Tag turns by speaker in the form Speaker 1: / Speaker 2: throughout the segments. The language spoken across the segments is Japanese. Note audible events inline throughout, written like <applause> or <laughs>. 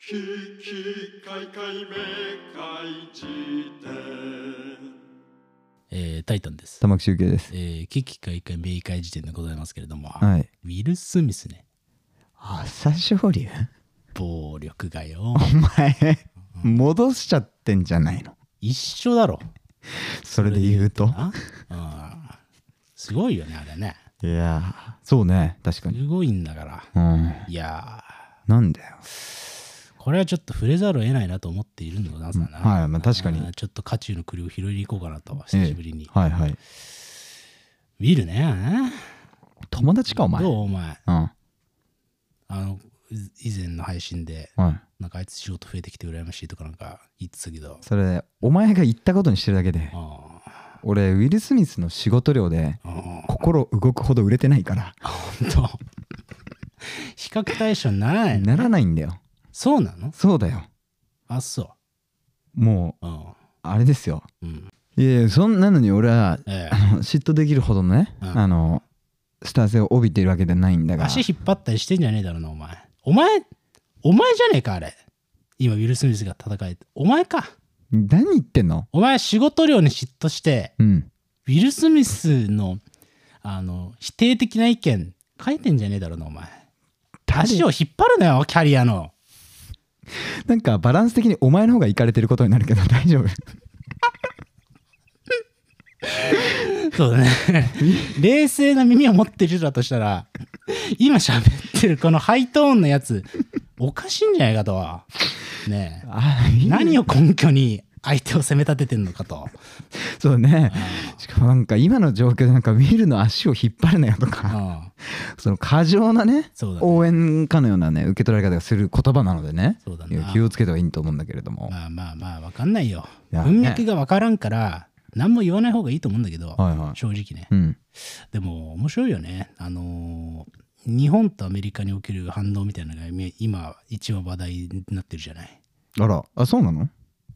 Speaker 1: ききかいかいめかいじ典
Speaker 2: えータイタンです。
Speaker 3: 玉木周慶です
Speaker 2: え。ー、危機開会明快時点でございますけれども、
Speaker 3: はい。
Speaker 2: ウィル・スミスね、
Speaker 3: 朝青龍
Speaker 2: 暴力が
Speaker 3: <laughs>
Speaker 2: よ、
Speaker 3: お前、戻しちゃってんじゃないの。
Speaker 2: 一緒だろ。
Speaker 3: それで言うと。
Speaker 2: あうんすごいよね、あれね。
Speaker 3: いやーそうね、確かに。
Speaker 2: すごいんだから。
Speaker 3: うん。
Speaker 2: いや
Speaker 3: なんだよ。
Speaker 2: ー、これはちょっと触れざるを得ないなと思っているんでございますがな。
Speaker 3: うんはいまあ確かに
Speaker 2: ーちょっと渦中の栗を拾いに行こうかなと、
Speaker 3: ええ
Speaker 2: 久しぶりに。
Speaker 3: はいはい。
Speaker 2: ウィルね、
Speaker 3: 友達か、お前。
Speaker 2: どう
Speaker 3: う
Speaker 2: お前。
Speaker 3: ん。は
Speaker 2: あの、い以前の配信で、
Speaker 3: い。
Speaker 2: なんかあいつ仕事増えてきて羨ましいとかなんか言ってたけど、
Speaker 3: それ、お前が言ったことにしてるだけで、
Speaker 2: ああ、
Speaker 3: 俺、ウィル・スミスの仕事量で、
Speaker 2: ああ。
Speaker 3: 心動くほど売れてないから、
Speaker 2: と比較対象にならないの
Speaker 3: ならないんだよ。
Speaker 2: そうなの
Speaker 3: そうだよ。
Speaker 2: あそ
Speaker 3: もう、
Speaker 2: ううん
Speaker 3: あれですよ。
Speaker 2: うん
Speaker 3: いやいや、そんなのに俺は、
Speaker 2: え
Speaker 3: あの <laughs> 嫉妬できるほどのね、
Speaker 2: うん
Speaker 3: あの、スター性を帯びているわけではないんだ
Speaker 2: え
Speaker 3: が。
Speaker 2: 足引っ張ったりしてんじゃねえだろうなお前お前お前じゃねえかあれ今ウィル・スミスが戦えてお前か
Speaker 3: 何言ってんの
Speaker 2: お前仕事量に嫉妬して
Speaker 3: うん。
Speaker 2: ウィル・スミスのあの否定的な意見書いてんじゃねえだろうなお前足を引っ張るなよキャリアの
Speaker 3: なんかバランス的にお前の方がいかれてることになるけど <laughs> 大
Speaker 2: <laughs>
Speaker 3: 丈夫。
Speaker 2: そうだね
Speaker 3: <laughs>
Speaker 2: 冷静な耳を持ってるだとしたら今喋ってるこのハイトーンのやつおかしいんじゃないかとはね
Speaker 3: あ
Speaker 2: え何を根拠に相手を責め立ててんのかと
Speaker 3: そうね。しかもなんか今の状況でなんかウィルの足を引っ張るなよと
Speaker 2: う
Speaker 3: か、
Speaker 2: ん
Speaker 3: その過剰なね、
Speaker 2: そうだね
Speaker 3: 応援かのようなね、受け取られ方がする言葉なのでね、
Speaker 2: そうだない
Speaker 3: や気をつけた方がいいと思うんだけれども。
Speaker 2: まあまあまあ分かんないよ
Speaker 3: いや
Speaker 2: 文脈が分からんから何も言わない方がいいと思うんだけど
Speaker 3: はいはい。
Speaker 2: 正直ね
Speaker 3: うん。
Speaker 2: でも面白いよねあのー日本とアメリカにおける反応みたいなのが今一番話題になってるじゃない
Speaker 3: あら、あ、そうなの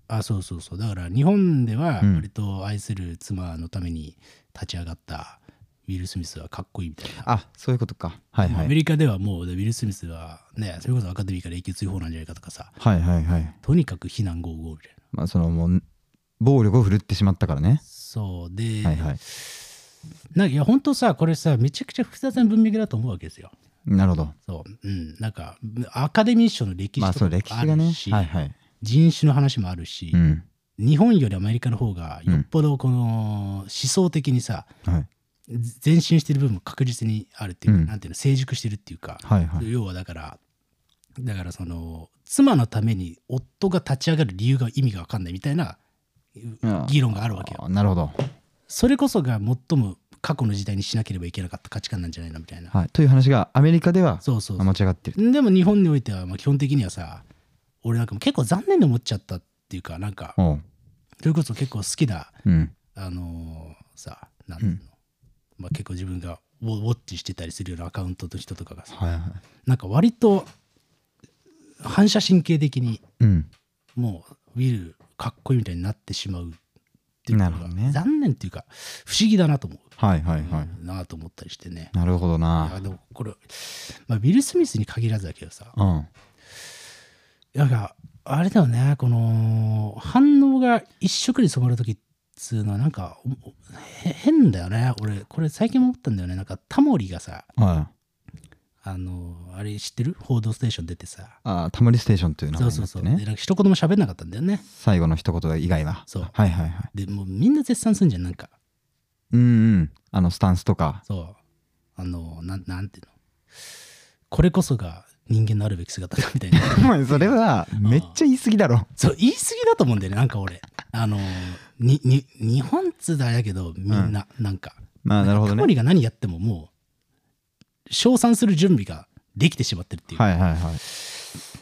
Speaker 2: あそうそうそうだから日本では
Speaker 3: うん
Speaker 2: 割と愛する妻のために立ち上がったウィル・スミスはかっこいいみたいな、
Speaker 3: あ、そういうことか。はいは
Speaker 2: ア
Speaker 3: い
Speaker 2: メ。リカではもうでウィル・スミスはねそれこそアカデミーから永久追放なんじゃないかとかさ
Speaker 3: はいはいはい。
Speaker 2: とにかく非難合々みたいな
Speaker 3: まあそのもう、暴力を振るってしまったからね。
Speaker 2: そうで、
Speaker 3: はいはい。
Speaker 2: なんかいや本当さこれさめちゃくちゃ複雑な文脈だと思うわけですよ
Speaker 3: なるほど。
Speaker 2: そううんなんかアカデミー賞の歴
Speaker 3: まあ
Speaker 2: 史
Speaker 3: そ
Speaker 2: と
Speaker 3: う、
Speaker 2: かも
Speaker 3: 歴
Speaker 2: あ
Speaker 3: 史が
Speaker 2: る
Speaker 3: ね
Speaker 2: し、。
Speaker 3: はいはい。
Speaker 2: 人種の話もあるし、
Speaker 3: うん。
Speaker 2: 日本よりアメリカの方がよっぽどこの思想的にさ、
Speaker 3: はい
Speaker 2: 前進してる部分も確実にあるっていうか、
Speaker 3: うん
Speaker 2: なんていうの成熟してるっていうか、
Speaker 3: はいはい。
Speaker 2: 要はだからだからその妻のために夫が立ち上がる理由が意味が分かんないみたいな
Speaker 3: うん
Speaker 2: 議論があるわけよ。
Speaker 3: あなるほど、
Speaker 2: それこそが最も過去の時代にしなければいけなかった価値観なんじゃないのみたいな。
Speaker 3: はい。という話がアメリカでは
Speaker 2: そうそうそう
Speaker 3: 間違ってる。
Speaker 2: でも日本においてはまあ基本的にはさ俺なんかも結構残念に思っちゃったっていうかなんか
Speaker 3: おう
Speaker 2: それこそ結構好きな
Speaker 3: うん。
Speaker 2: あのーさなんていうの、まあ、結構自分がウォウォッチしてたりするようなアカウントの人とかがさ
Speaker 3: はいはい。
Speaker 2: なんか割と反射神経的に
Speaker 3: うん。
Speaker 2: もうウィルかっこいいみたいになってしまうっていうの
Speaker 3: なる
Speaker 2: が、
Speaker 3: ほどね
Speaker 2: 残念っていうか不思議だなと思
Speaker 3: はいは
Speaker 2: う、
Speaker 3: いはい。
Speaker 2: なあと思ったりしてね
Speaker 3: なるほ
Speaker 2: い
Speaker 3: ど
Speaker 2: や
Speaker 3: な。
Speaker 2: でもこれ、まあ、ウィル・スミスに限らずだけどさ
Speaker 3: うん。
Speaker 2: なんかあれだよねこの反応が一色に染まる時っつうのはなんかおおへ変だよね俺これ最近も思ったんだよねなんかタモリがさ
Speaker 3: はい。
Speaker 2: あのあれ知ってる「報道ステーション」出てさ
Speaker 3: あタモリステーションという名
Speaker 2: そ
Speaker 3: 前
Speaker 2: う
Speaker 3: に
Speaker 2: そ
Speaker 3: な
Speaker 2: うそ
Speaker 3: って
Speaker 2: う、で
Speaker 3: ね。
Speaker 2: なんか一言も喋んなかったんだよね
Speaker 3: 最後の一言以外は。
Speaker 2: そう
Speaker 3: はいはいはい。
Speaker 2: でもうみんな絶賛すんじゃんなんか
Speaker 3: うんうん。あのスタンスとか。
Speaker 2: そうあのなんなんていうのこれこそが人間のあるべき姿だみたいな
Speaker 3: <laughs> お前それはめっちゃ言い過ぎだろ。
Speaker 2: そう言い過ぎだと思うんだよねなんか俺あのにに日本っつうとあれだけどみんな、なんか
Speaker 3: まあなるほど
Speaker 2: タモリ
Speaker 3: ね。
Speaker 2: が何やってももう称賛する準備ができてしまってるっていう、
Speaker 3: はいはいはい。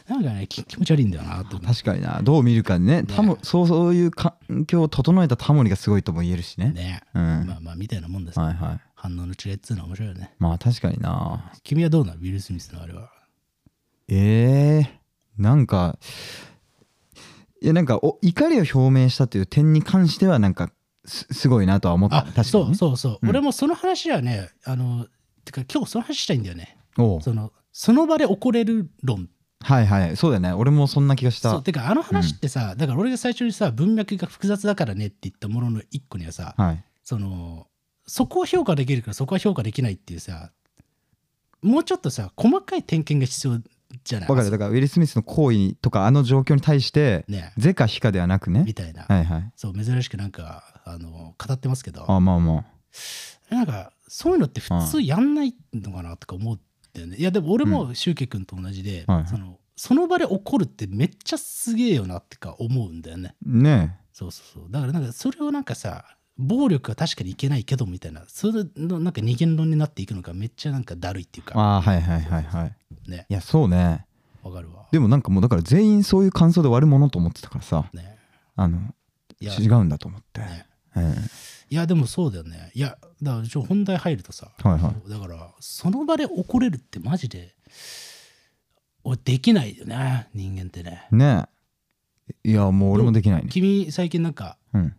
Speaker 2: なんかねき気持ち悪いんだよなと思っ
Speaker 3: 確かにな。どう見るかね。タモそうそういう環境を整えたタモリがすごいとも言えるしてね。
Speaker 2: ね、
Speaker 3: うん。
Speaker 2: まあまあみたいなもんです、
Speaker 3: はいはい。
Speaker 2: 反応の違いっつうのは面白いよね
Speaker 3: まあ確かにな。
Speaker 2: 君はどうなのウィル・スミスのあれは
Speaker 3: ええなんかいやなんかお怒りを表明したという点に関してはなんかすすごいなとは思った
Speaker 2: あ
Speaker 3: 確かに、ね、
Speaker 2: そうそうそう、
Speaker 3: うん
Speaker 2: 俺もその話はねあのてか今日その話したいんだよね
Speaker 3: おう
Speaker 2: そのその場で怒れる論
Speaker 3: はいはいそうだよね俺もそんな気がし
Speaker 2: そ
Speaker 3: た
Speaker 2: うてかあの話ってさ、だから俺が最初にさ文脈が複雑だからねって言ったものの一個にはさ、
Speaker 3: はい
Speaker 2: そのそこを評価できるからそこは評価できないっていうさもうちょっとさ細かい点検が必要じゃない
Speaker 3: わかるだからウィル・スミスの行為とかあの状況に対して
Speaker 2: ね
Speaker 3: 是か非かではなくね
Speaker 2: みたいな、
Speaker 3: はいはい
Speaker 2: そう珍しくなんかあの語ってますけど
Speaker 3: あまあまあ
Speaker 2: なんかそういうのって普通やんないのかなとか思ってね、いやでも俺もシュウケ君と同じで、
Speaker 3: はいはい
Speaker 2: そのその場で怒るってめっちゃすげえよなってか思うんだよね
Speaker 3: ね
Speaker 2: そうそうそうだからなんかそれをなんかさ暴力は確かにいけないけどみたいなそれのなんか二元論になっていくのがめっちゃなんかだるいっていう
Speaker 3: え
Speaker 2: か
Speaker 3: あーはいはいはいはい
Speaker 2: ね
Speaker 3: いやそうね
Speaker 2: わかるわ
Speaker 3: でもなんかもうだから全員そういう感想で悪者と思ってたからさ
Speaker 2: ね
Speaker 3: あの
Speaker 2: いや
Speaker 3: 違うんだと思って、
Speaker 2: ね
Speaker 3: うん
Speaker 2: いやでもそうだよねいやだからちょ本題入るとさ、
Speaker 3: はいはい
Speaker 2: だからその場で怒れるってマジで俺できないよね人間ってね
Speaker 3: ねえいやもう俺もできないね、
Speaker 2: 君最近なんか
Speaker 3: うん、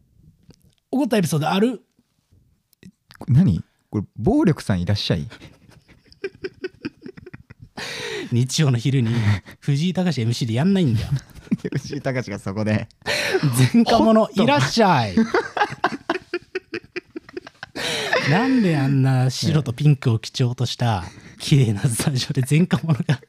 Speaker 2: 怒ったエピソードある
Speaker 3: これ何これ暴力さんいらっしゃい <laughs>
Speaker 2: 日曜の昼
Speaker 3: <laughs>
Speaker 2: に藤井隆 MC でやんないんだよ
Speaker 3: 吉井隆がそこで
Speaker 2: 前科者いらっしゃいなんであんな白とピンクを基調とした綺麗なスタジオで前科者が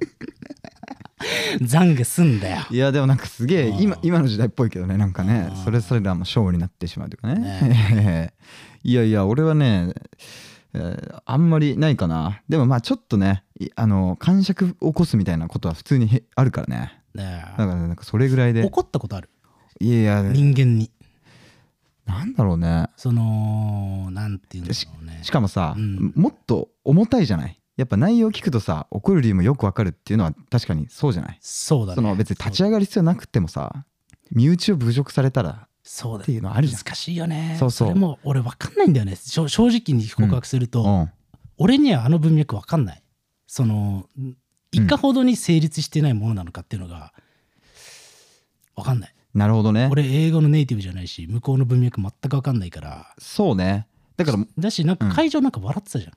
Speaker 2: 懺悔すんだよ
Speaker 3: いやでもなんかすげえ
Speaker 2: あー
Speaker 3: 今今の時代っぽいけどねなんかね
Speaker 2: あー
Speaker 3: それそれらも勝利になってしまうというかね <laughs> いやいや俺はね、えーあんまりないかなでもまあちょっとねいあの感触を起こすみたいなことは普通にへあるからね
Speaker 2: ね
Speaker 3: だからなんかそれぐらい
Speaker 2: え
Speaker 3: で
Speaker 2: 怒ったことある
Speaker 3: いやいや
Speaker 2: 人間に
Speaker 3: なんだろうね
Speaker 2: そのなんていうんだろうね
Speaker 3: しかもさ、
Speaker 2: うん
Speaker 3: もっと重たいじゃないやっぱ内容聞くとさ怒る理由もよくわかるっていうのは確かにそうじゃない
Speaker 2: そうだね
Speaker 3: その別に立ち上がる必要なくてもさ身内を侮辱されたら
Speaker 2: そうだ
Speaker 3: っていうのあるじゃん
Speaker 2: 難しいよね
Speaker 3: そうそう
Speaker 2: れも俺分かんないんだよねしょ正直に告白すると、
Speaker 3: うん
Speaker 2: 俺にはあの文脈分かんないそのいかほどに成立してないものなのかっていうのが分かんない
Speaker 3: なるほどね
Speaker 2: 俺英語のネイティブじゃないし向こうの文脈全く分かんないから
Speaker 3: そうねだから
Speaker 2: だしなんか
Speaker 3: うん
Speaker 2: 会場なんか笑ってたじゃ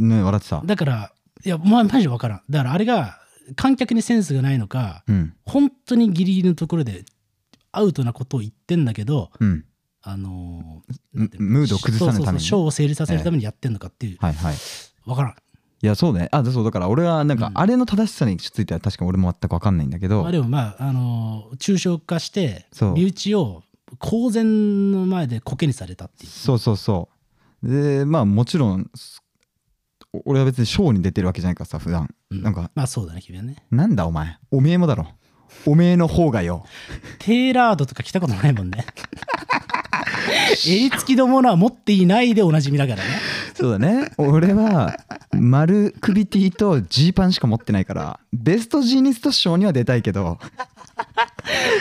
Speaker 2: ん、
Speaker 3: ね笑ってた
Speaker 2: だからいやまあマジで分からんだからあれが観客にセンスがないのか
Speaker 3: うん
Speaker 2: 本当にギリギリのところでアウトなことを言ってんだけど
Speaker 3: うん
Speaker 2: あの
Speaker 3: ム
Speaker 2: なんていうの
Speaker 3: ムードを崩さない
Speaker 2: そう
Speaker 3: ためにね
Speaker 2: そうそうショーを成立させるためにやってんのかっていう、
Speaker 3: はいはい
Speaker 2: わからん
Speaker 3: いやそうねあそうだから俺はなん
Speaker 2: う
Speaker 3: か
Speaker 2: ん
Speaker 3: あれの正しさについては確か俺も全くわかんないんだけど、
Speaker 2: まあでもまああの抽象化して
Speaker 3: そう
Speaker 2: 身内を公然の前でコケにされたっていう
Speaker 3: そうそうそうでまあもちろんすお俺は別にショーに出てるわけじゃないからさ普段、
Speaker 2: うん
Speaker 3: なんか
Speaker 2: まあそうだね君はね
Speaker 3: なんだお前おめえもだろおめえの方がよ
Speaker 2: テーラードとか着たことないもん
Speaker 3: <laughs>
Speaker 2: ね襟付きのものは持っていないでおなじみだからね
Speaker 3: そうだね俺は丸首 T とジーパンしか持ってないからベストジーニスト賞には出たいけど、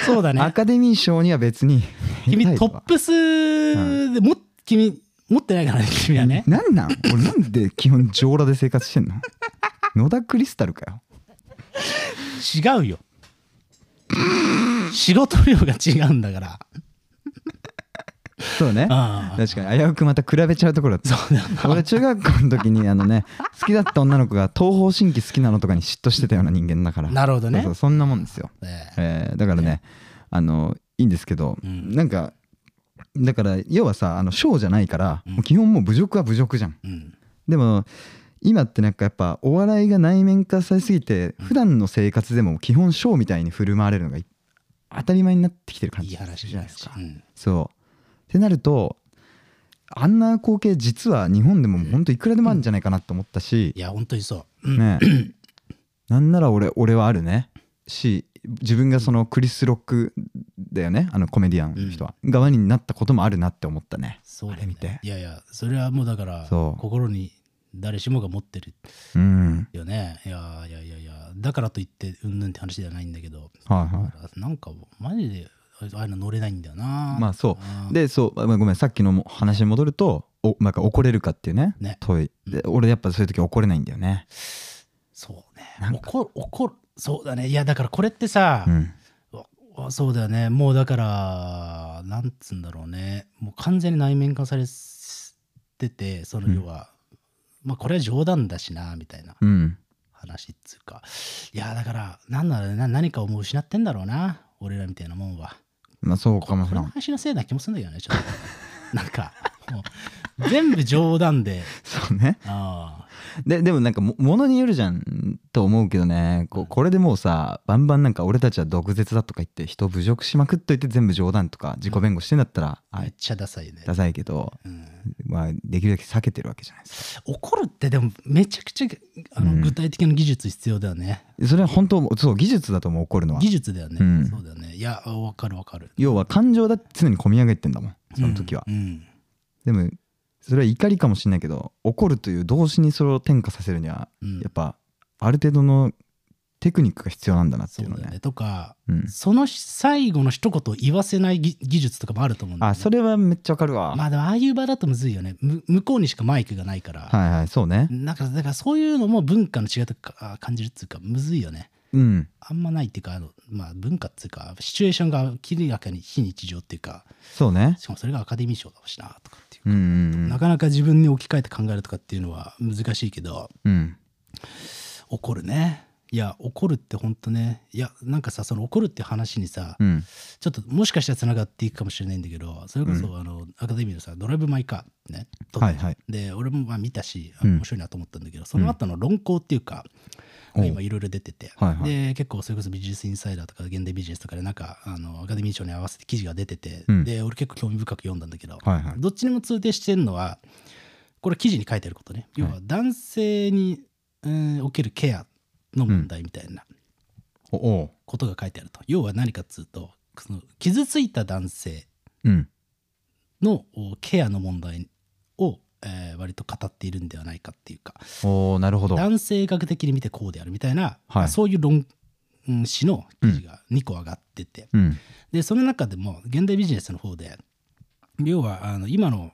Speaker 2: そうだ
Speaker 3: ア
Speaker 2: ね
Speaker 3: カデミー賞には別に
Speaker 2: 君
Speaker 3: 出たい
Speaker 2: ト
Speaker 3: と
Speaker 2: ッ
Speaker 3: は
Speaker 2: プスでも、君持ってないからね君はね
Speaker 3: なんなん俺なんで基本上裸で生活してんの野田クリスタルかよ
Speaker 2: 違うよ仕事量が違うんだから
Speaker 3: そうだね
Speaker 2: ああ
Speaker 3: 確かに危うくまた比べちゃうところだった俺中学校の時にあのね好きだった女の子が東方神起好きなのとかに嫉妬してたような人間だから
Speaker 2: なるほどね
Speaker 3: そうそうそんなもんですよ
Speaker 2: ね
Speaker 3: えーだからねあのいいんですけど、
Speaker 2: うん
Speaker 3: なんかだから要はさあのショーじゃないから、
Speaker 2: うん
Speaker 3: もう基本もう侮辱は侮辱じゃん
Speaker 2: うん
Speaker 3: でも今ってなんかやっぱお笑いが内面化されすぎて普段の生活でも基本ショーみたいに振る舞われるのがい当たり前になってきてる感
Speaker 2: い
Speaker 3: じ
Speaker 2: い話
Speaker 3: じゃないですか
Speaker 2: う。ん
Speaker 3: そうってなるとあんな光景実は日本でも本当いくらでもあるんじゃないかなと思ったし
Speaker 2: い、や本当にそう、うん
Speaker 3: ねえ <clears throat> なんなら俺俺はあるねし自分がそのクリス・ロックだよねあのコメディアンの人は、側になったこともあるなって思ったね
Speaker 2: そうだ、ね、
Speaker 3: あれ見て
Speaker 2: いやいやそれはもうだから
Speaker 3: そう
Speaker 2: 心に誰しもが持ってる
Speaker 3: うん
Speaker 2: よねいやいやいやいやだからといってうんぬんって話ではないんだけど
Speaker 3: はいはい
Speaker 2: なんかマジでああいうの乗れないんだよな
Speaker 3: まあそ
Speaker 2: あ
Speaker 3: うでそうまあごめんさっきのも話に戻るとおなんか怒れるかっていうね
Speaker 2: ね
Speaker 3: 問いで俺やっぱそういう時怒れないんだよね
Speaker 2: そうね
Speaker 3: なんか
Speaker 2: 怒る怒るそうだねいやだからこれってさ
Speaker 3: う、ん
Speaker 2: わそうだよねもうだからなんつうんだろうねもう完全に内面化されててその要は、まあこれは冗談だしなみたいな
Speaker 3: うん
Speaker 2: 話っつうかいやだからなんだろうねな何かをもう失ってんだろうな俺らみたいなもんは
Speaker 3: まあそうかもし
Speaker 2: こ
Speaker 3: れ
Speaker 2: れの
Speaker 3: ん
Speaker 2: 話のせいな気もするんだけどねちょっと <laughs> なんかもう全部冗談で
Speaker 3: そうね
Speaker 2: ああ
Speaker 3: ででもなんかもものによるじゃんと思うけどねこうこれでもうさバンバンなんか俺たちは毒舌だとか言って人を侮辱しまくっといて全部冗談とか自己弁護してんだったら、あ
Speaker 2: めっちゃダサいね
Speaker 3: ダサいけど、
Speaker 2: うん
Speaker 3: まあ、できるだけ避けてるわけじゃないです
Speaker 2: 怒るってでもめちゃくちゃあの
Speaker 3: うん
Speaker 2: 具体的な技術必要だよね、
Speaker 3: かそれは本当そう技術だと思う怒るのは
Speaker 2: 技術だよね、
Speaker 3: うん
Speaker 2: そうだよねいやわかるわかる
Speaker 3: 要は感情だって常に込み上げてんだもんその時は、
Speaker 2: うんうん
Speaker 3: でもそれは怒りかもしれないけど怒るという動詞にそれを転化させるには
Speaker 2: うん
Speaker 3: やっぱある程度のテクニックが必要なんだなって
Speaker 2: そ
Speaker 3: いう
Speaker 2: う
Speaker 3: の
Speaker 2: だよ
Speaker 3: ね
Speaker 2: ねとか
Speaker 3: うん、
Speaker 2: その最後の一言を言わせない技技術とかもあると思うんだよ
Speaker 3: あ
Speaker 2: ね
Speaker 3: それはめっちゃわかるわ、
Speaker 2: まあでもああいう場だとむずいよねむ向こうにしかマイクがないから、
Speaker 3: はいはいそうね
Speaker 2: なんかだからそういうのも文化の違いとかあ感じるっていうかむずいよね
Speaker 3: うん
Speaker 2: あんまないっていうかあの、まあ、文化っていうかシチュエーションが明らかに非日常っていうか
Speaker 3: そうね
Speaker 2: しかもそれがアカデミー賞だしなとかっていう、
Speaker 3: うんうん
Speaker 2: なかなか自分に置き換えて考えるとかっていうのは難しいけど
Speaker 3: うんうん
Speaker 2: 怒るねいや怒るってほんとねいやなんかさその怒るって話にさ、
Speaker 3: うん
Speaker 2: ちょっともしかしたらつながっていくかもしれないんだけどそれこそ、あのアカデミーのさ「ドライブ・マイ・カー」ね撮った
Speaker 3: はいはい
Speaker 2: で俺もまあ見たしあ
Speaker 3: うん
Speaker 2: 面白いなと思ったんだけど、その後の論考っていうか、
Speaker 3: おう
Speaker 2: 今いろいろ出てて、
Speaker 3: はいはい
Speaker 2: で結構それこそビジネスインサイダーとか現代ビジネスとかでなんかあのアカデミー賞に合わせて記事が出てて、
Speaker 3: うん
Speaker 2: で俺結構興味深く読んだんだけど、
Speaker 3: はいはい
Speaker 2: どっちにも通底してるのはこれ記事に書いてあることね要は男性に、うんおけるケアの問題みたいな
Speaker 3: おおう
Speaker 2: ことが書いてあると、要は何かっつうとその傷ついた男性
Speaker 3: うん
Speaker 2: のおケアの問題を、えー割と語っているんではないかっていうか
Speaker 3: おおなるほど
Speaker 2: 男性学的に見てこうであるみたいな、
Speaker 3: はい
Speaker 2: そういう論うん詩の記事が2個上がってて、
Speaker 3: うん
Speaker 2: でその中でも現代ビジネスの方で要はあの今の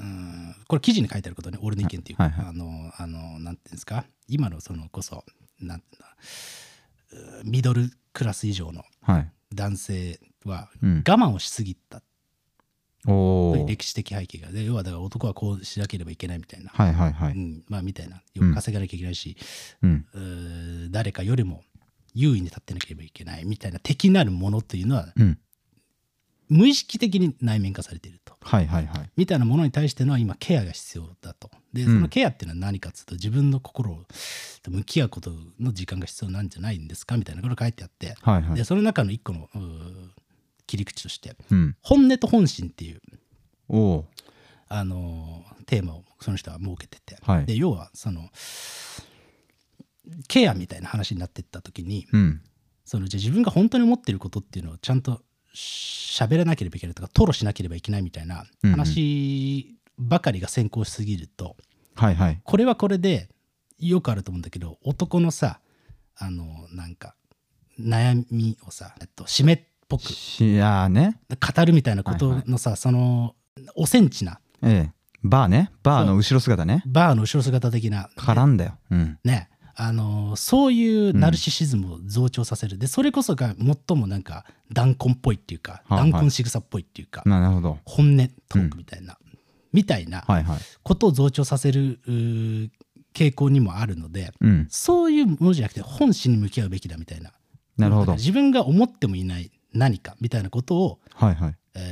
Speaker 2: うんこれ記事に書いてあることね俺の意見っていうか、
Speaker 3: はいはい
Speaker 2: あのあのなんていうんですか今のそのこそなんていうんだうんミドルクラス以上の
Speaker 3: はい
Speaker 2: 男性は
Speaker 3: うん
Speaker 2: 我慢をしすぎた
Speaker 3: おお
Speaker 2: 歴史的背景がで要はだから男はこうしなければいけないみたいな、
Speaker 3: はいはいは
Speaker 2: う
Speaker 3: い
Speaker 2: ん、まあみたいな
Speaker 3: うん
Speaker 2: 稼がなきゃいけないし、
Speaker 3: うん
Speaker 2: うー誰かよりも優位に立ってなければいけないみたいな敵なるものというのは
Speaker 3: うん
Speaker 2: 無意識的に内面化されていると。
Speaker 3: はいはいはい
Speaker 2: みたいなものに対しての今ケアが必要だと。でそ
Speaker 3: うん
Speaker 2: のケアっていうのは何かっていうと自分の心と向き合うことの時間が必要なんじゃないんですかみたいなことが書いてあって
Speaker 3: はいは
Speaker 2: で
Speaker 3: い
Speaker 2: その中の一個のうー切り口として
Speaker 3: うん
Speaker 2: 本音と本心っていう
Speaker 3: おお
Speaker 2: あのテーマをその人は設けてて、
Speaker 3: はい
Speaker 2: で要はそのケアみたいな話になってった時に
Speaker 3: うん
Speaker 2: そのじゃあ自分が本当に思ってることっていうのをちゃんと喋らなければいけないとか吐露しなければいけないみたいな
Speaker 3: うんうん
Speaker 2: 話ばかりが先行しすぎると、
Speaker 3: はいはい
Speaker 2: これはこれでよくあると思うんだけど男のさあのなんか悩みをさ、えっと、湿っぽく
Speaker 3: しあーね
Speaker 2: 語るみたいなことのさ、そのおセンチな
Speaker 3: ええバーねバーの後ろ姿ね
Speaker 2: バーの後ろ姿的な
Speaker 3: からんだようん
Speaker 2: ねあのーそういうナルシシズムを増長させる、でそれこそが最もなんか弾痕っぽいっていうか
Speaker 3: はいはい
Speaker 2: 弾痕仕草っぽいっていうか、
Speaker 3: ななるほど
Speaker 2: 本音トークみたいな、みたいな
Speaker 3: はいはい
Speaker 2: ことを増長させるうー傾向にもあるので
Speaker 3: うん
Speaker 2: そういうものじゃなくて本心に向き合うべきだみたいな
Speaker 3: なるほ
Speaker 2: だか
Speaker 3: ど
Speaker 2: ら自分が思ってもいない何かみたいなことを、
Speaker 3: はいはい
Speaker 2: えー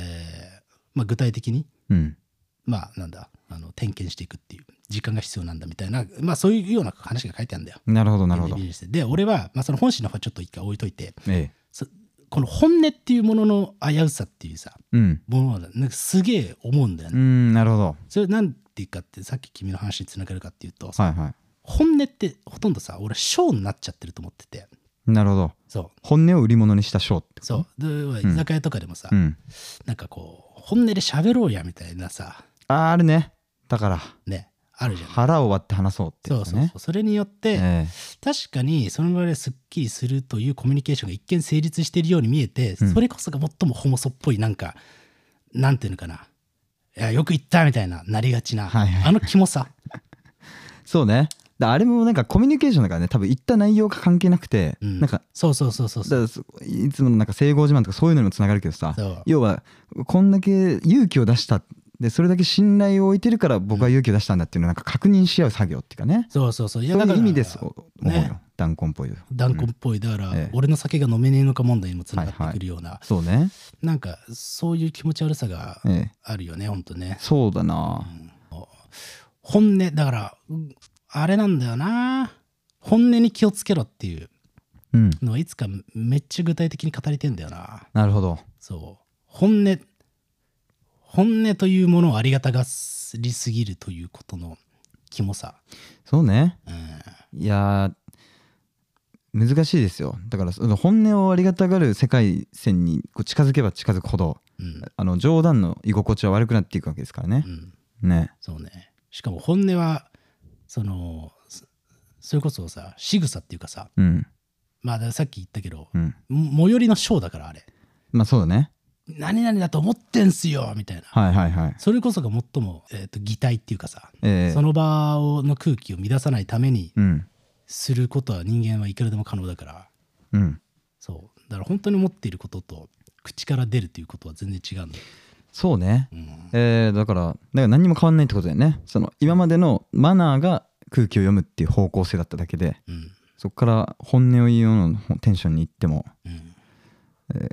Speaker 2: まあ、具体的に
Speaker 3: うん
Speaker 2: まあなんだあの点検していくっていう時間が必要なんだみたいな、まあ、そういうような話が書いてあるんだよ。
Speaker 3: なるほどなるほど
Speaker 2: ビジネスでで俺は、まあ、その本心の方はちょっと一回置いといて
Speaker 3: ええ
Speaker 2: そこの本音っていうものの危うさっていうさ
Speaker 3: うん
Speaker 2: ものはなんかすげえ思うんだよ
Speaker 3: う
Speaker 2: ね、
Speaker 3: んなるほど
Speaker 2: それなんていうかってさっき君の話につながるかっていうと、
Speaker 3: はいは
Speaker 2: 本音ってほとんどさ俺ショーになっちゃってると思ってて
Speaker 3: いなるほど
Speaker 2: そ
Speaker 3: 本音を売り物にしたショーって
Speaker 2: うそうで居酒屋とかでもさ、
Speaker 3: うん
Speaker 2: なんかこう本音で喋ろうやみたいなさ
Speaker 3: あーあるねだから
Speaker 2: ねあるじゃん、
Speaker 3: 腹を割って話そうって
Speaker 2: そ
Speaker 3: や
Speaker 2: う
Speaker 3: つ
Speaker 2: そう
Speaker 3: ね
Speaker 2: そうそれによって、
Speaker 3: え
Speaker 2: 確かにその場ですっきりするというコミュニケーションが一見成立しているように見えて、
Speaker 3: うん
Speaker 2: それこそが最もホモソっぽいなんかなんていうのかないやよく言ったみたいななりがちな、
Speaker 3: はいはい
Speaker 2: あのキモさ
Speaker 3: えそうねだあれもなんかコミュニケーションだからね多分言った内容が関係なくて
Speaker 2: うん
Speaker 3: なんか
Speaker 2: そうそうそうそうそ
Speaker 3: だ
Speaker 2: う
Speaker 3: からそいつものなんか整合自慢とかそういうのにもつながるけどさ
Speaker 2: そう
Speaker 3: 要はこんだけ勇気を出したでそれだけ信頼を置いてるから僕は勇気を出したんだっていうのをなんか確認し合う作業っていうかね、
Speaker 2: そうそうそういや
Speaker 3: そういう意味ですす思うよ、
Speaker 2: ね
Speaker 3: 弾痕っぽいよ
Speaker 2: 断
Speaker 3: う
Speaker 2: 固
Speaker 3: ん
Speaker 2: っぽいだから、
Speaker 3: ええ
Speaker 2: 俺の酒が飲めねえのか問題にもつながってくるような、
Speaker 3: そうね、
Speaker 2: なんかそういう気持ち悪さが
Speaker 3: ええ、
Speaker 2: あるよねほんとね
Speaker 3: そうだな
Speaker 2: 本音だからうんあれなんだよな本音に気をつけろっていう
Speaker 3: うん
Speaker 2: のはいつかめっちゃ具体的に語りてんだよな
Speaker 3: なるほど
Speaker 2: そう本音本音というものをありがたがりすぎるということのキモさ、
Speaker 3: そうね
Speaker 2: うん、
Speaker 3: いやー難しいですよだからその本音をありがたがる世界線にこう近づけば近づくほど
Speaker 2: うん
Speaker 3: あの冗談の居心地は悪くなっていくわけですからね
Speaker 2: う、ん
Speaker 3: ね
Speaker 2: そうねしかも本音はそのそそれこそさ仕草っていうかさ
Speaker 3: うん
Speaker 2: まあだからさっき言ったけど
Speaker 3: うん
Speaker 2: も最寄りの章だからあれ
Speaker 3: まあそうだね
Speaker 2: 何々だと思ってんすよみたいな
Speaker 3: はいはいはい
Speaker 2: それこそが最も、えー、と擬態っていうかさ、
Speaker 3: ええ
Speaker 2: その場をの空気を乱さないために
Speaker 3: うん
Speaker 2: することは人間はいくらでも可能だから
Speaker 3: うん
Speaker 2: そうだから本当に思っていることと口から出るということは全然違うんだよ、
Speaker 3: そうね
Speaker 2: うん、
Speaker 3: えーだからだから何にも変わんないってことだよねその今までのマナーが空気を読むっていう方向性だっただけで
Speaker 2: うん
Speaker 3: そこから本音を言うようなテンションに行っても
Speaker 2: うん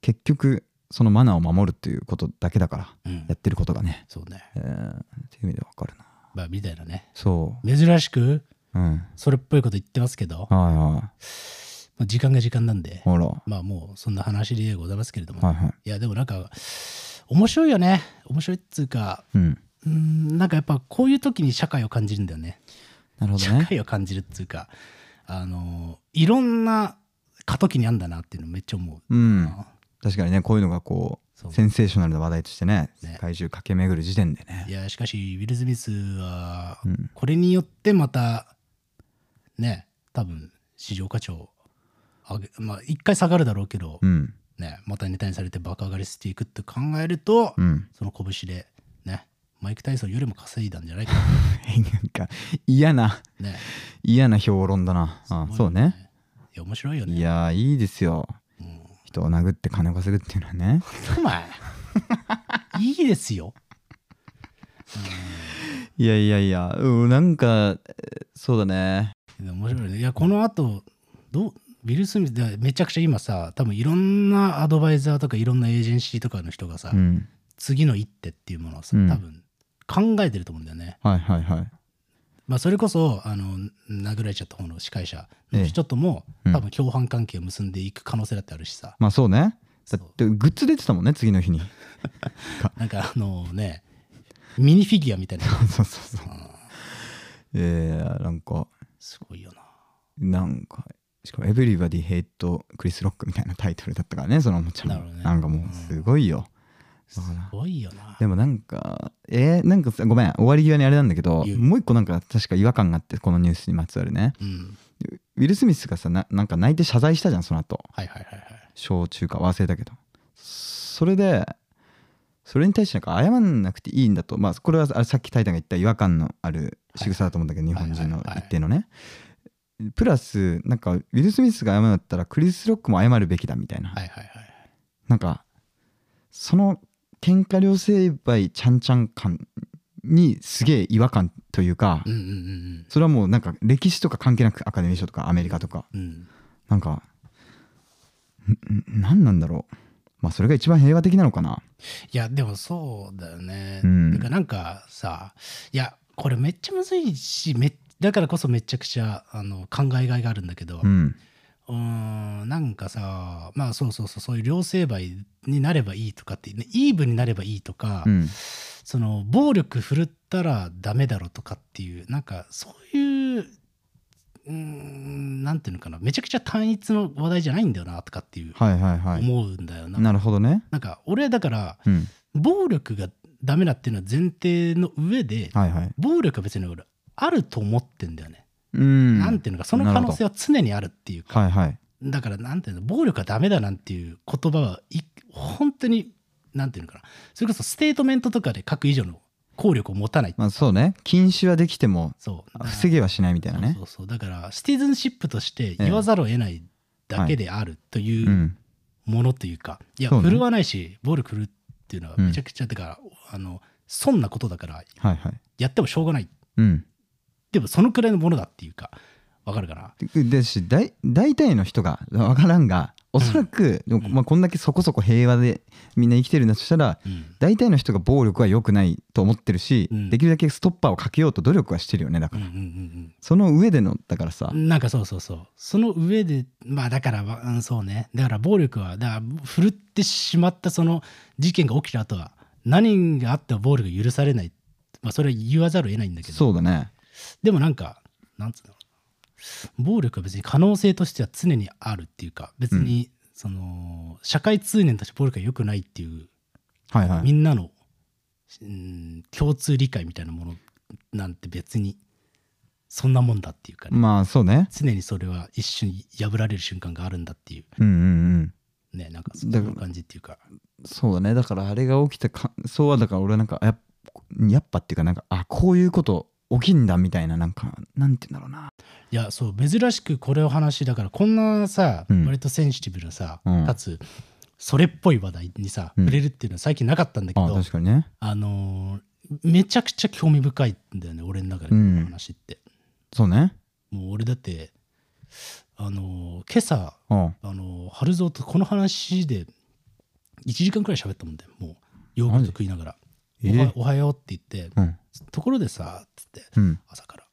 Speaker 3: 結局そのマナーを守るっていうことだけだから
Speaker 2: うん
Speaker 3: やってることがね、
Speaker 2: そうね
Speaker 3: えーっていう意味でわかるな
Speaker 2: まあみたいなね
Speaker 3: そ
Speaker 2: 珍しく
Speaker 3: ううんはい
Speaker 2: それっぽいこと言ってますけど、ま
Speaker 3: はい
Speaker 2: あ、時間が時間なんで
Speaker 3: ほら
Speaker 2: まあもうそんな話でございますけれども、
Speaker 3: はいはい
Speaker 2: いやでもなんか面白いよね面白いっつうか
Speaker 3: うん
Speaker 2: うーんなんかやっぱこういう時に社会を感じるんだよね
Speaker 3: なるほど
Speaker 2: 社
Speaker 3: ね
Speaker 2: 会を感じるっつうかあのいろんな過渡期にあんだなっていうのめっちゃ思う、
Speaker 3: うん
Speaker 2: あ
Speaker 3: 確かにねこういうのがこ
Speaker 2: そう
Speaker 3: うセンセーショナルな話題としてね
Speaker 2: ね
Speaker 3: 世界中駆け巡る時点でね
Speaker 2: いやしかしウィル・スミスは
Speaker 3: うん
Speaker 2: これによってまたね多分市場価値を上げまあ一回下がるだろうけど、
Speaker 3: うん
Speaker 2: ね、またネタにされて爆上がりしていくって考えると、
Speaker 3: うん <laughs>
Speaker 2: その拳でねマイク・タイソンよりも稼いだんじゃないか
Speaker 3: なんか嫌な
Speaker 2: なね
Speaker 3: 嫌な評論だな <laughs> あ
Speaker 2: すごい
Speaker 3: そうね
Speaker 2: いや面白いよね
Speaker 3: いやーいいですよ
Speaker 2: うん
Speaker 3: 人を殴って金を稼ぐっていうのはね
Speaker 2: お前いいですよ
Speaker 3: いやいやいやうんなんかえーそうだね
Speaker 2: でも面白いねいやこの後どうビル・スミスでめちゃくちゃ今さ多分いろんなアドバイザーとかいろんなエージェンシーとかの人がさ、
Speaker 3: うん
Speaker 2: 次の一手っていうものをさ
Speaker 3: うん
Speaker 2: 多分考えてると思うんだよね、
Speaker 3: はいはいはい
Speaker 2: まあ、それこそあの殴られちゃった方の司会者の人とも、
Speaker 3: ええうん
Speaker 2: 多分共犯関係を結んでいく可能性だってあるしさ
Speaker 3: まあそうね
Speaker 2: そ
Speaker 3: だ
Speaker 2: う
Speaker 3: ってグッズ出てたもんね次の日に
Speaker 2: なんかあのねミニフィギュアみたいな
Speaker 3: そうそうそうえー、なんか
Speaker 2: すごいよな
Speaker 3: なんかしかも「Everybody Hate クリス・ロック」みたいなタイトルだったからねそのおもちゃ
Speaker 2: な
Speaker 3: も
Speaker 2: るほどね
Speaker 3: なんかもうすごいよ、
Speaker 2: す
Speaker 3: だから
Speaker 2: ごいよな
Speaker 3: でもなんかえー、なんかさごめん終わり際にあれなんだけど
Speaker 2: 言う
Speaker 3: もう一個なんか確か違和感があってこのニュースにまつわるね
Speaker 2: うん
Speaker 3: ウィル・スミスがさななんか泣いて謝罪したじゃんその後
Speaker 2: はいはいはいはい
Speaker 3: 小中か忘れたけどそれでそれに対してなんか謝んなくていいんだとまあこれはあさっきタイタンが言った違和感のある仕草だと思うんだけど
Speaker 2: い
Speaker 3: 日
Speaker 2: はい
Speaker 3: 本人の
Speaker 2: はいはいはい
Speaker 3: 一定のねプラスなんかウィル・スミスが謝るんだったらクリス・ロックも謝るべきだみたいな
Speaker 2: はいはいはい
Speaker 3: なんかその喧嘩両成敗ちゃんちゃん感にすげえ違和感というか
Speaker 2: うんうんうん
Speaker 3: それはもうなんか歴史とか関係なくアカデミー賞とかアメリカとか
Speaker 2: うんうん
Speaker 3: なんかんん何なんだろうまあそれが一番平和的なのかない
Speaker 2: やでもそうだよね。
Speaker 3: うん
Speaker 2: てかなんかさいやこれめっちゃむずいしめだからこそめちゃくちゃあの考えがいがあるんだけど、う
Speaker 3: う
Speaker 2: ーん、
Speaker 3: ん
Speaker 2: なんかさまあそうそうそうそういう両成敗になればいいとかって、ね、イーブンになればいいとか、
Speaker 3: うん
Speaker 2: その暴力振るったらダメだろとかっていうなんかそういう。うーんなんていうのかなめちゃくちゃ単一の話題じゃないんだよなとかっていう
Speaker 3: はいはいはい
Speaker 2: 思うんだよな。
Speaker 3: なるほどね
Speaker 2: なんか俺だから
Speaker 3: うん
Speaker 2: 暴力がダメだっていうのは前提の上で
Speaker 3: はいはい
Speaker 2: 暴力は別に俺あると思ってんだよね、
Speaker 3: うん
Speaker 2: なんていうのかその可能性は常にあるっていうか
Speaker 3: はいはい
Speaker 2: だからなんていうの暴力はダメだなんていう言葉はい本当になんていうのかなそれこそステートメントとかで書く以上の効力を持たない、
Speaker 3: まあそうね禁止はできても
Speaker 2: そう
Speaker 3: 防げはしないみたいなね
Speaker 2: そうそうそうだからシティズンシップとして言わざるを得ないだけであるといううんものというか、いや
Speaker 3: そうね
Speaker 2: 振るわないし暴力振るっていうのはめちゃくちゃ、だからあの損なことだから
Speaker 3: はいはい
Speaker 2: やってもしょうがない
Speaker 3: うん
Speaker 2: でもそのくらいのものだっていうかわかるかな
Speaker 3: ででし大大体の人が分からんがおそらく、でもまあ、こんだけそこそこ平和でみんな生きてるんだとしたら
Speaker 2: うん
Speaker 3: 大体の人が暴力は良くないと思ってるし、
Speaker 2: うん
Speaker 3: できるだけストッパーをかけようと努力はしてるよねだ
Speaker 2: う
Speaker 3: か
Speaker 2: ん
Speaker 3: ら、
Speaker 2: うんうん
Speaker 3: その上でのだからさ、
Speaker 2: うんなんかそうそうそうその上でまあだからわうんそうねだから暴力はだから振るってしまったその事件が起きた後は何があっても暴力が許されないまあそれは言わざるを得ないんだけど
Speaker 3: そうだね
Speaker 2: でもなんか、なんつうの暴力は別に可能性としては常にあるっていうか、別に、その、社会通念として暴力は良くないっていう、
Speaker 3: はいは
Speaker 2: み
Speaker 3: い
Speaker 2: んなの、うん、共通理解みたいなものなんて別に、そんなもんだっていうかね、
Speaker 3: まあそうね
Speaker 2: 常にそれは一瞬破られる瞬間があるんだってい
Speaker 3: うんうんうん
Speaker 2: う、ね、なんかそんな感じっていうか、
Speaker 3: そうだねだからあれが起きたかそうはだから俺はなんかやっやっぱっていうかなんかあこういうこと起きんだみたいななんかなんて言うんだろ
Speaker 2: いや、そう、珍しくこれを話だから、こんなさ、
Speaker 3: うん
Speaker 2: 割とセンシティブなさ、
Speaker 3: うん
Speaker 2: かつ、それっぽい話題にさ、
Speaker 3: うん
Speaker 2: 触れるっていうのは最近なかったんだけ
Speaker 3: うな
Speaker 2: ど、
Speaker 3: あ確かにね
Speaker 2: あのーめちゃくちゃ興味深いんだよね俺の中でこ
Speaker 3: うん
Speaker 2: の話って、
Speaker 3: そうね
Speaker 2: もう俺だってあのー今朝
Speaker 3: うん
Speaker 2: あのー春蔵とこの話で1時間くらい喋ったもんだよもうヨーグルト食いながら「
Speaker 3: マ
Speaker 2: お
Speaker 3: ジ
Speaker 2: は,、
Speaker 3: ええ
Speaker 2: おはよう」って言って
Speaker 3: うん
Speaker 2: 「ところでさ」っつって
Speaker 3: うん
Speaker 2: 朝から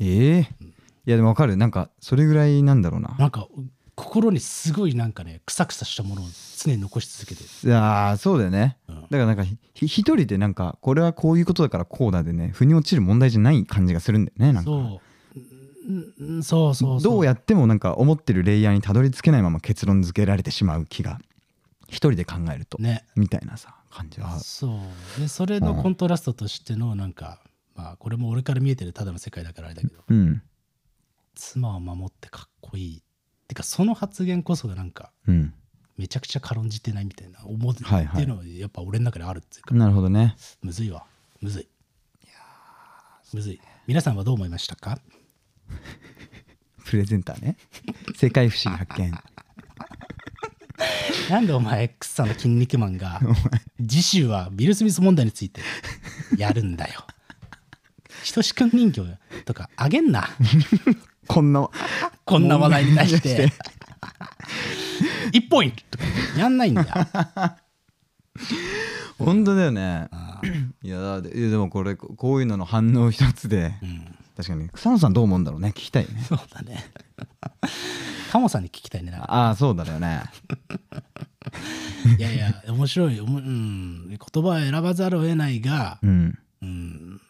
Speaker 3: ええいやでもわかるなんかそれぐらいなんだろうな
Speaker 2: なんか心にすごいなんかねクサクサしたものを常に残し続けてる
Speaker 3: いやーそうだよね
Speaker 2: うん
Speaker 3: だからなんかひひ一人でなんかこれはこういうことだからこうだでね腑に落ちる問題じゃない感じがするんだよねなんか
Speaker 2: そううんうんそうそうそう
Speaker 3: どうやってもなんか思ってるレイヤーにたどり着けないまま結論付けられてしまう気が一人で考えると、
Speaker 2: ね
Speaker 3: みたいなさ感じは
Speaker 2: そうでそれの
Speaker 3: うん
Speaker 2: コントラストとしてのなんか、まあこれも俺から見えてるただの世界だからあれだけど
Speaker 3: うん
Speaker 2: 妻を守ってかっこいいってかその発言こそがなんか
Speaker 3: うん
Speaker 2: めちゃくちゃ軽んじてないみたいな思うって
Speaker 3: はいはい
Speaker 2: いうのはやっぱ俺の中であるっていうか、
Speaker 3: なるほどね
Speaker 2: むずいわむずいむずい皆さんはどう思いましたか
Speaker 3: プレゼンターね世界不思議発見 <laughs>
Speaker 2: なんでお前クッサの筋肉マンが次週はビル・スミス問題についてやるんだよひとしくん人形とかあげんな
Speaker 3: こんな
Speaker 2: こんな話題に対し
Speaker 3: 問題
Speaker 2: て。 <laughs> 一本いるとかやんないんだよ。
Speaker 3: 本当だよねいやだでいやでもこれここういうのの反応一つで、
Speaker 2: うん
Speaker 3: 確かに草野さんどう思うんだろうね聞きたいね
Speaker 2: そうだね。カモさんに聞きたいね。なんか
Speaker 3: ああそうだよね
Speaker 2: いやいや、面白い。おもうん、言葉を選ばざるを得ないが、
Speaker 3: うん
Speaker 2: うん、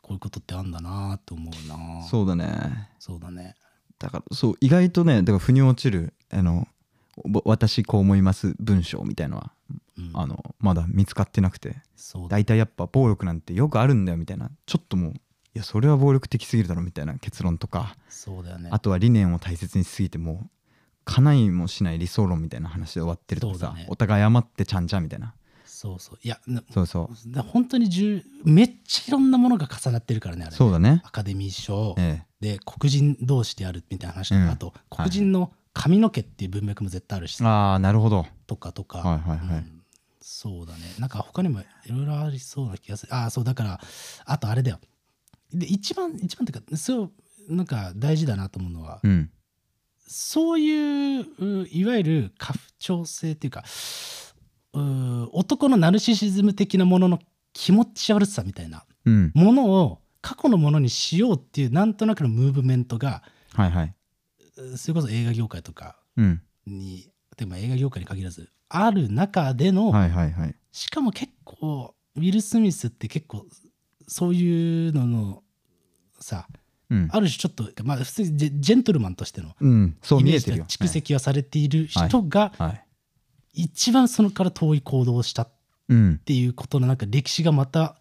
Speaker 2: こういうことってあんだなと思うな
Speaker 3: そうだね
Speaker 2: そうだね。
Speaker 3: だからそう意外とねだから腑に落ちるあのぼ私こう思います文章みたいのは、
Speaker 2: うん
Speaker 3: あのまだ見つかってなくて
Speaker 2: そうだ。
Speaker 3: 大体やっぱ暴力なんてよくあるんだよみたいなちょっともういやそれは暴力的すぎるだろみたいな結論とか
Speaker 2: そうだよね。
Speaker 3: あとは理念を大切にしすぎてもう叶いもしない理想論みたいな話で終わってるとか
Speaker 2: そ
Speaker 3: さ、
Speaker 2: うだね
Speaker 3: お互い謝ってちゃんちゃんみたいな
Speaker 2: そうそう。いや、な
Speaker 3: そうそう
Speaker 2: だ本当に重めっちゃいろんなものが重なってるからね、あれ。
Speaker 3: そうだね
Speaker 2: アカデミー賞、
Speaker 3: え
Speaker 2: で黒人同士であるみたいな話とか、
Speaker 3: うん
Speaker 2: あと黒人の髪の毛っていう文脈も絶対あるし、
Speaker 3: えああなるほど
Speaker 2: とかとか、
Speaker 3: はいはいはい
Speaker 2: うんそうだねなんか他にもいろいろありそうな気がするああそうだからあとあれだよで一番一番っていうかそうなんか大事だなと思うのは、
Speaker 3: うん
Speaker 2: そういうういわゆる過不調性っていうかう男のナルシシズム的なものの気持ち悪さみたいな
Speaker 3: うん
Speaker 2: ものを過去のものにしようっていうなんとなくのムーブメントが
Speaker 3: はいはい
Speaker 2: それこそ映画業界とか
Speaker 3: うん
Speaker 2: にでも映画業界に限らずある中での、
Speaker 3: はいはいはい
Speaker 2: しかも結構ウィル・スミスって結構そういうののさ
Speaker 3: うん
Speaker 2: ある種ちょっと、まあ、普通にジェジェントルマンとしての
Speaker 3: うんそう
Speaker 2: イメー
Speaker 3: 見え
Speaker 2: ジ
Speaker 3: てるよ
Speaker 2: が蓄積はされている人が
Speaker 3: はいはい
Speaker 2: 一番そのから遠い行動をしたっ
Speaker 3: うん
Speaker 2: ていうことのなんか歴史がまた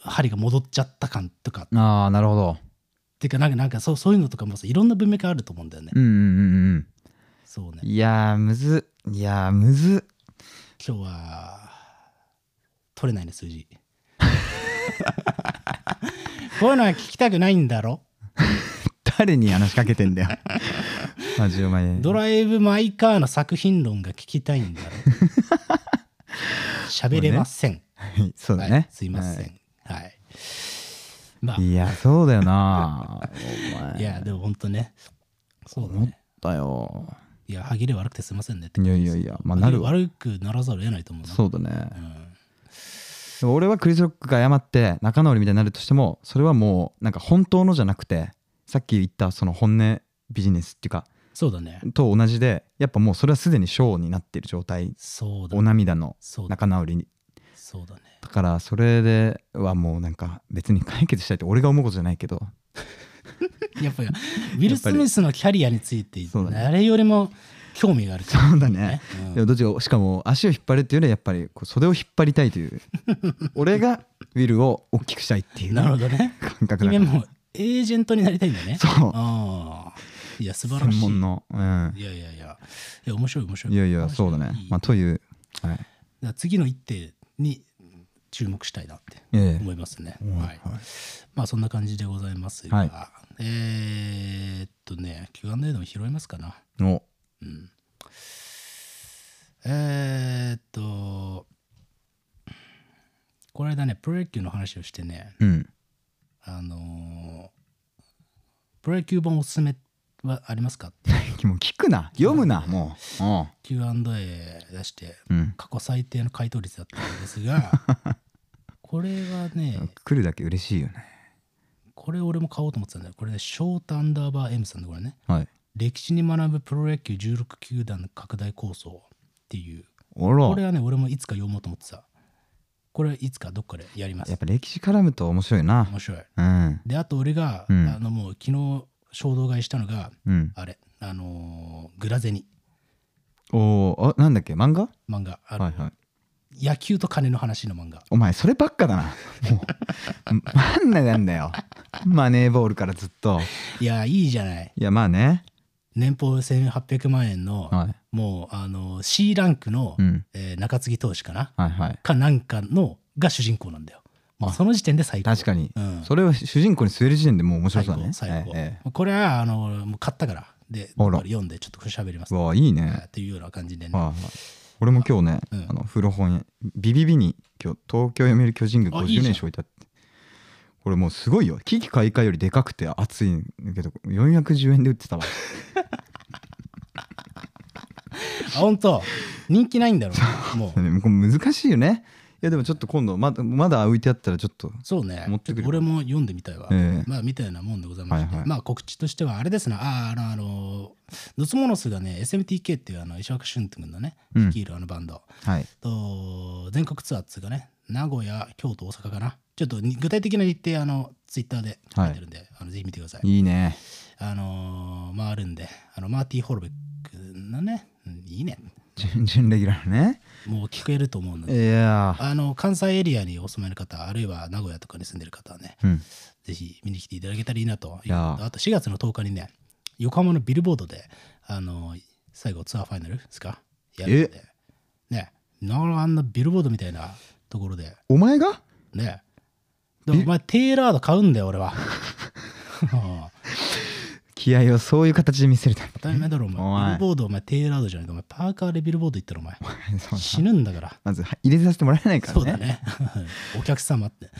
Speaker 2: 針が戻っちゃった感とかっ
Speaker 3: ああなるほど
Speaker 2: ていうかなんかなんかそうそういうのとかもさいろんな文脈あると思うんだよね。
Speaker 3: うんうんうんうん
Speaker 2: そうね
Speaker 3: いやーむずっいやーむずっ
Speaker 2: 今日は取れないね数
Speaker 3: <laughs>
Speaker 2: 字こういうのは聞きたくないんだろ
Speaker 3: 誰に話しかけてん <laughs> だよマジお前
Speaker 2: ドライブ・マイ・カーの作品論が聞きたいんだろ喋れません、
Speaker 3: はいそうだ
Speaker 2: はい
Speaker 3: ね、
Speaker 2: すいませんはい、ま
Speaker 3: はいいやそうだよな <laughs> お
Speaker 2: あ
Speaker 3: 前
Speaker 2: いやでも本当ねそうだ
Speaker 3: 思っ
Speaker 2: ね
Speaker 3: たよ
Speaker 2: いや歯切れ悪くてすいませんねって
Speaker 3: いやいやいやまあ
Speaker 2: 歯
Speaker 3: な
Speaker 2: 切れ
Speaker 3: るわ
Speaker 2: 悪くならざるを得ないと思うな
Speaker 3: そうだね
Speaker 2: うん
Speaker 3: でも俺はクリス・ロックが謝って仲直りみたいになるとしてもそれはもうなんか本当のじゃなくてさっき言ったその本音ビジネスっていうか
Speaker 2: そうだね
Speaker 3: と同じでやっぱもうそれはすでにショーになってる状態
Speaker 2: そうだ
Speaker 3: お涙の
Speaker 2: そうだ
Speaker 3: 仲直りに
Speaker 2: そうだね
Speaker 3: だからそれではもうなんか別に解決したいって俺が思うことじゃないけど
Speaker 2: やっぱりウィル・スミスのキャリアについて
Speaker 3: そうだね
Speaker 2: 誰よりも興味があるから
Speaker 3: そうだね、
Speaker 2: うん
Speaker 3: <laughs> でもどっちがしかも足を引っ張るっていうよりはやっぱりこう袖を引っ張りたいという俺がウィルを大きくしたいってい
Speaker 2: <laughs>
Speaker 3: う
Speaker 2: なるほ
Speaker 3: 感
Speaker 2: どね
Speaker 3: 覚だから
Speaker 2: 君もエージェントになりたいんだね
Speaker 3: そう
Speaker 2: ああいや素晴らし
Speaker 3: 専門
Speaker 2: い
Speaker 3: のうん
Speaker 2: いやいやいやいや面白い面白い
Speaker 3: いやいや
Speaker 2: 面
Speaker 3: そ
Speaker 2: 白
Speaker 3: うだね
Speaker 2: いい
Speaker 3: まあというは
Speaker 2: だ
Speaker 3: い
Speaker 2: から次の一手に注目したいなって
Speaker 3: ええ
Speaker 2: 思いますね、
Speaker 3: うん
Speaker 2: はいまあそんな感じでございますが、
Speaker 3: はい
Speaker 2: えー、っとね Q&A でも拾いますかな
Speaker 3: お
Speaker 2: うんえー、っとこの間ねプロ野球の話をしてね
Speaker 3: うん <laughs>
Speaker 2: あのープロ野球本おすすめはありますかって
Speaker 3: もう聞くな読むなもう
Speaker 2: Q&A 出して
Speaker 3: うんうん
Speaker 2: 過去最低の回答率だったんです
Speaker 3: <laughs>
Speaker 2: がこれはね
Speaker 3: 来るだけ嬉しいよね
Speaker 2: これ俺も買おうと思ってたんだよこれねショートアンダーバー M さんのこれね
Speaker 3: はい
Speaker 2: 歴史に学ぶプロ野球16球団の拡大構想っていう
Speaker 3: おら
Speaker 2: これはね俺もいつか読もうと思ってたこれいつかどっかでやります
Speaker 3: やっぱ歴史絡むと面白いな
Speaker 2: 面白い
Speaker 3: うん
Speaker 2: であと俺が、
Speaker 3: うん
Speaker 2: あのもう昨日衝動買いしたのが
Speaker 3: うん
Speaker 2: あれあのーグラゼニ
Speaker 3: おーあなんだっけ漫画
Speaker 2: 漫画あの、
Speaker 3: はいはい
Speaker 2: 野球と金の話の漫画
Speaker 3: お前そればっかだなもうマンナなんだよマネーボールからずっと
Speaker 2: いやいいじゃない
Speaker 3: いやまあね
Speaker 2: 年俸1800万円の、
Speaker 3: はい
Speaker 2: もうあの C ランクの、
Speaker 3: うん
Speaker 2: えー中継ぎ投手かな
Speaker 3: はいはい
Speaker 2: かなんかのが主人公なんだよ。もうその時点で最高。
Speaker 3: 確かに、
Speaker 2: うん
Speaker 3: それは主人公に据える時点でもう面白
Speaker 2: 最
Speaker 3: そうだ
Speaker 2: 高
Speaker 3: ね
Speaker 2: 最高。
Speaker 3: えええ
Speaker 2: これはあのもう買ったからで
Speaker 3: あら
Speaker 2: 読んでちょっとこれ喋ります
Speaker 3: え。うわいいね、
Speaker 2: はいっていうような感じでね。
Speaker 3: はいはい俺も今日ね、
Speaker 2: うん
Speaker 3: あの古本屋ビビビに今日東京読売巨人軍
Speaker 2: あいいじゃ
Speaker 3: 50
Speaker 2: ん
Speaker 3: 年史置いてあってこれもうすごいよ危機開会よりでかくて熱いんだけど410円で売ってたわ
Speaker 2: あ本当人気ないんだろうな
Speaker 3: <laughs>
Speaker 2: もう。
Speaker 3: これ難しいよねいやでもちょっと今度まだまだ置いてあったらちょっと
Speaker 2: そうね
Speaker 3: 持ってくる
Speaker 2: 俺も読んでみたいわ、
Speaker 3: ええ
Speaker 2: まあみたいなもんでございまして、
Speaker 3: はいはい
Speaker 2: まあ告知としてはあれですなあーあのあのドツモノスがね SMTK っていうあの石若俊君のね
Speaker 3: うん
Speaker 2: 率いるあのバンド、
Speaker 3: はい
Speaker 2: と全国ツアーっつうかね名古屋京都大阪かなちょっとに具体的な日程あのツイッターで書いてるんで、あのぜひ見てください
Speaker 3: いいね
Speaker 2: あのー、まああるんであのマーティー・ホルベックのね、うんいいね
Speaker 3: 準準レギュラーのね
Speaker 2: もう聞けると思うの
Speaker 3: い
Speaker 2: で、
Speaker 3: やー
Speaker 2: あの関西エリアにお住まいの方あるいは名古屋とかに住んでる方はね
Speaker 3: うん
Speaker 2: ぜひ見に来ていただけたらいいなと
Speaker 3: いやー
Speaker 2: あと4月の10日にね横浜のビルボードであのー最後ツアーファイナルですかやるんでねなんかあんなビルボードみたいなところで
Speaker 3: お前が
Speaker 2: ねでもお前テーラード買うんだよ俺
Speaker 3: <laughs>
Speaker 2: は
Speaker 3: 気合をそういう形で見せるた
Speaker 2: 当たり前だろお
Speaker 3: お
Speaker 2: 前
Speaker 3: 前
Speaker 2: ビルボードお前テーラードじゃないかお前パーカーでビルボード行ったらお前
Speaker 3: めにそう
Speaker 2: 死ぬんだから
Speaker 3: <laughs> まずは入れさせてもらえないからね
Speaker 2: そうだねお客様って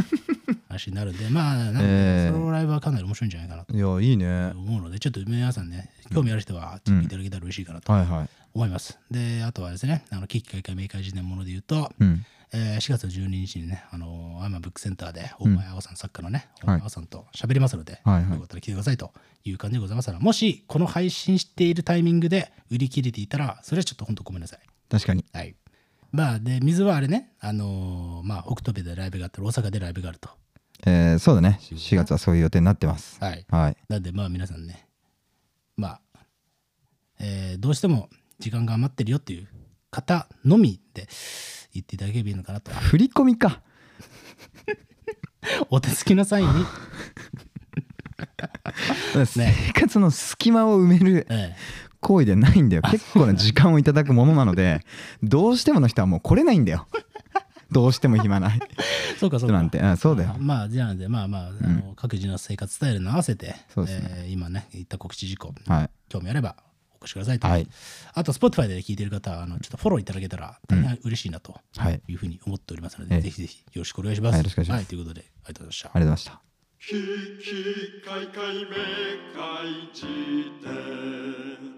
Speaker 3: <laughs>
Speaker 2: 話になるんでまあなんか
Speaker 3: ええ
Speaker 2: そのライブはかなり面白いんじゃないかなと
Speaker 3: いやいいねは
Speaker 2: 思うのでちょっと皆さんね興味ある人は聞いていただけたら嬉しいかなと
Speaker 3: いはい
Speaker 2: 思います、であとはですねあの危機開会明快時点もので言うと、
Speaker 3: うん
Speaker 2: えー4月12日にね、あのーアイマブックセンターで大前青さん作家のね、大前青さんと喋りますので、
Speaker 3: はいはい
Speaker 2: よかったら来てくださいという感じでございますから、もしこの配信しているタイミングで売り切れていたら、それはちょっと本当ごめんなさい。
Speaker 3: 確かに
Speaker 2: はい。まあ、で、水はあれね、あのーまあ、北東部でライブがあったり、大阪でライブがあると。
Speaker 3: えー、そうだね4月はそういう予定になってます
Speaker 2: はい。
Speaker 3: はい
Speaker 2: なんで、まあ、皆さんね、まあ、えーどうしても時間が余ってるよっていう方のみで言っていただければいいのかなと。
Speaker 3: 振り込みか
Speaker 2: お手つきの際
Speaker 3: <laughs>
Speaker 2: に、
Speaker 3: 生活の隙間を埋める
Speaker 2: ええ
Speaker 3: 行為ではないんだよ結構な時間をいただくものなのでどうしてもの人はもう来れないんだよどうしても暇ない
Speaker 2: そうかそうか。
Speaker 3: 人なんてうん <laughs> そうだよ
Speaker 2: まあじゃあなんでまあまあ,、あの各自の生活スタイルに合わせて、
Speaker 3: そうですね
Speaker 2: えー今ね言った告知事項、
Speaker 3: はい
Speaker 2: 興味あれば越しくださいと、
Speaker 3: はい
Speaker 2: あと Spotify で聞いてる方はあのちょっとフォローいただけたら大変嬉しいなと
Speaker 3: はい
Speaker 2: いうふうに思っておりますので、
Speaker 3: ええ
Speaker 2: ぜひぜひよろしくお願いします。
Speaker 3: はいよろしくお願いします
Speaker 2: ということでありがとうございました。
Speaker 3: ありがとうございました
Speaker 1: ひいひいかいかいめかい辞典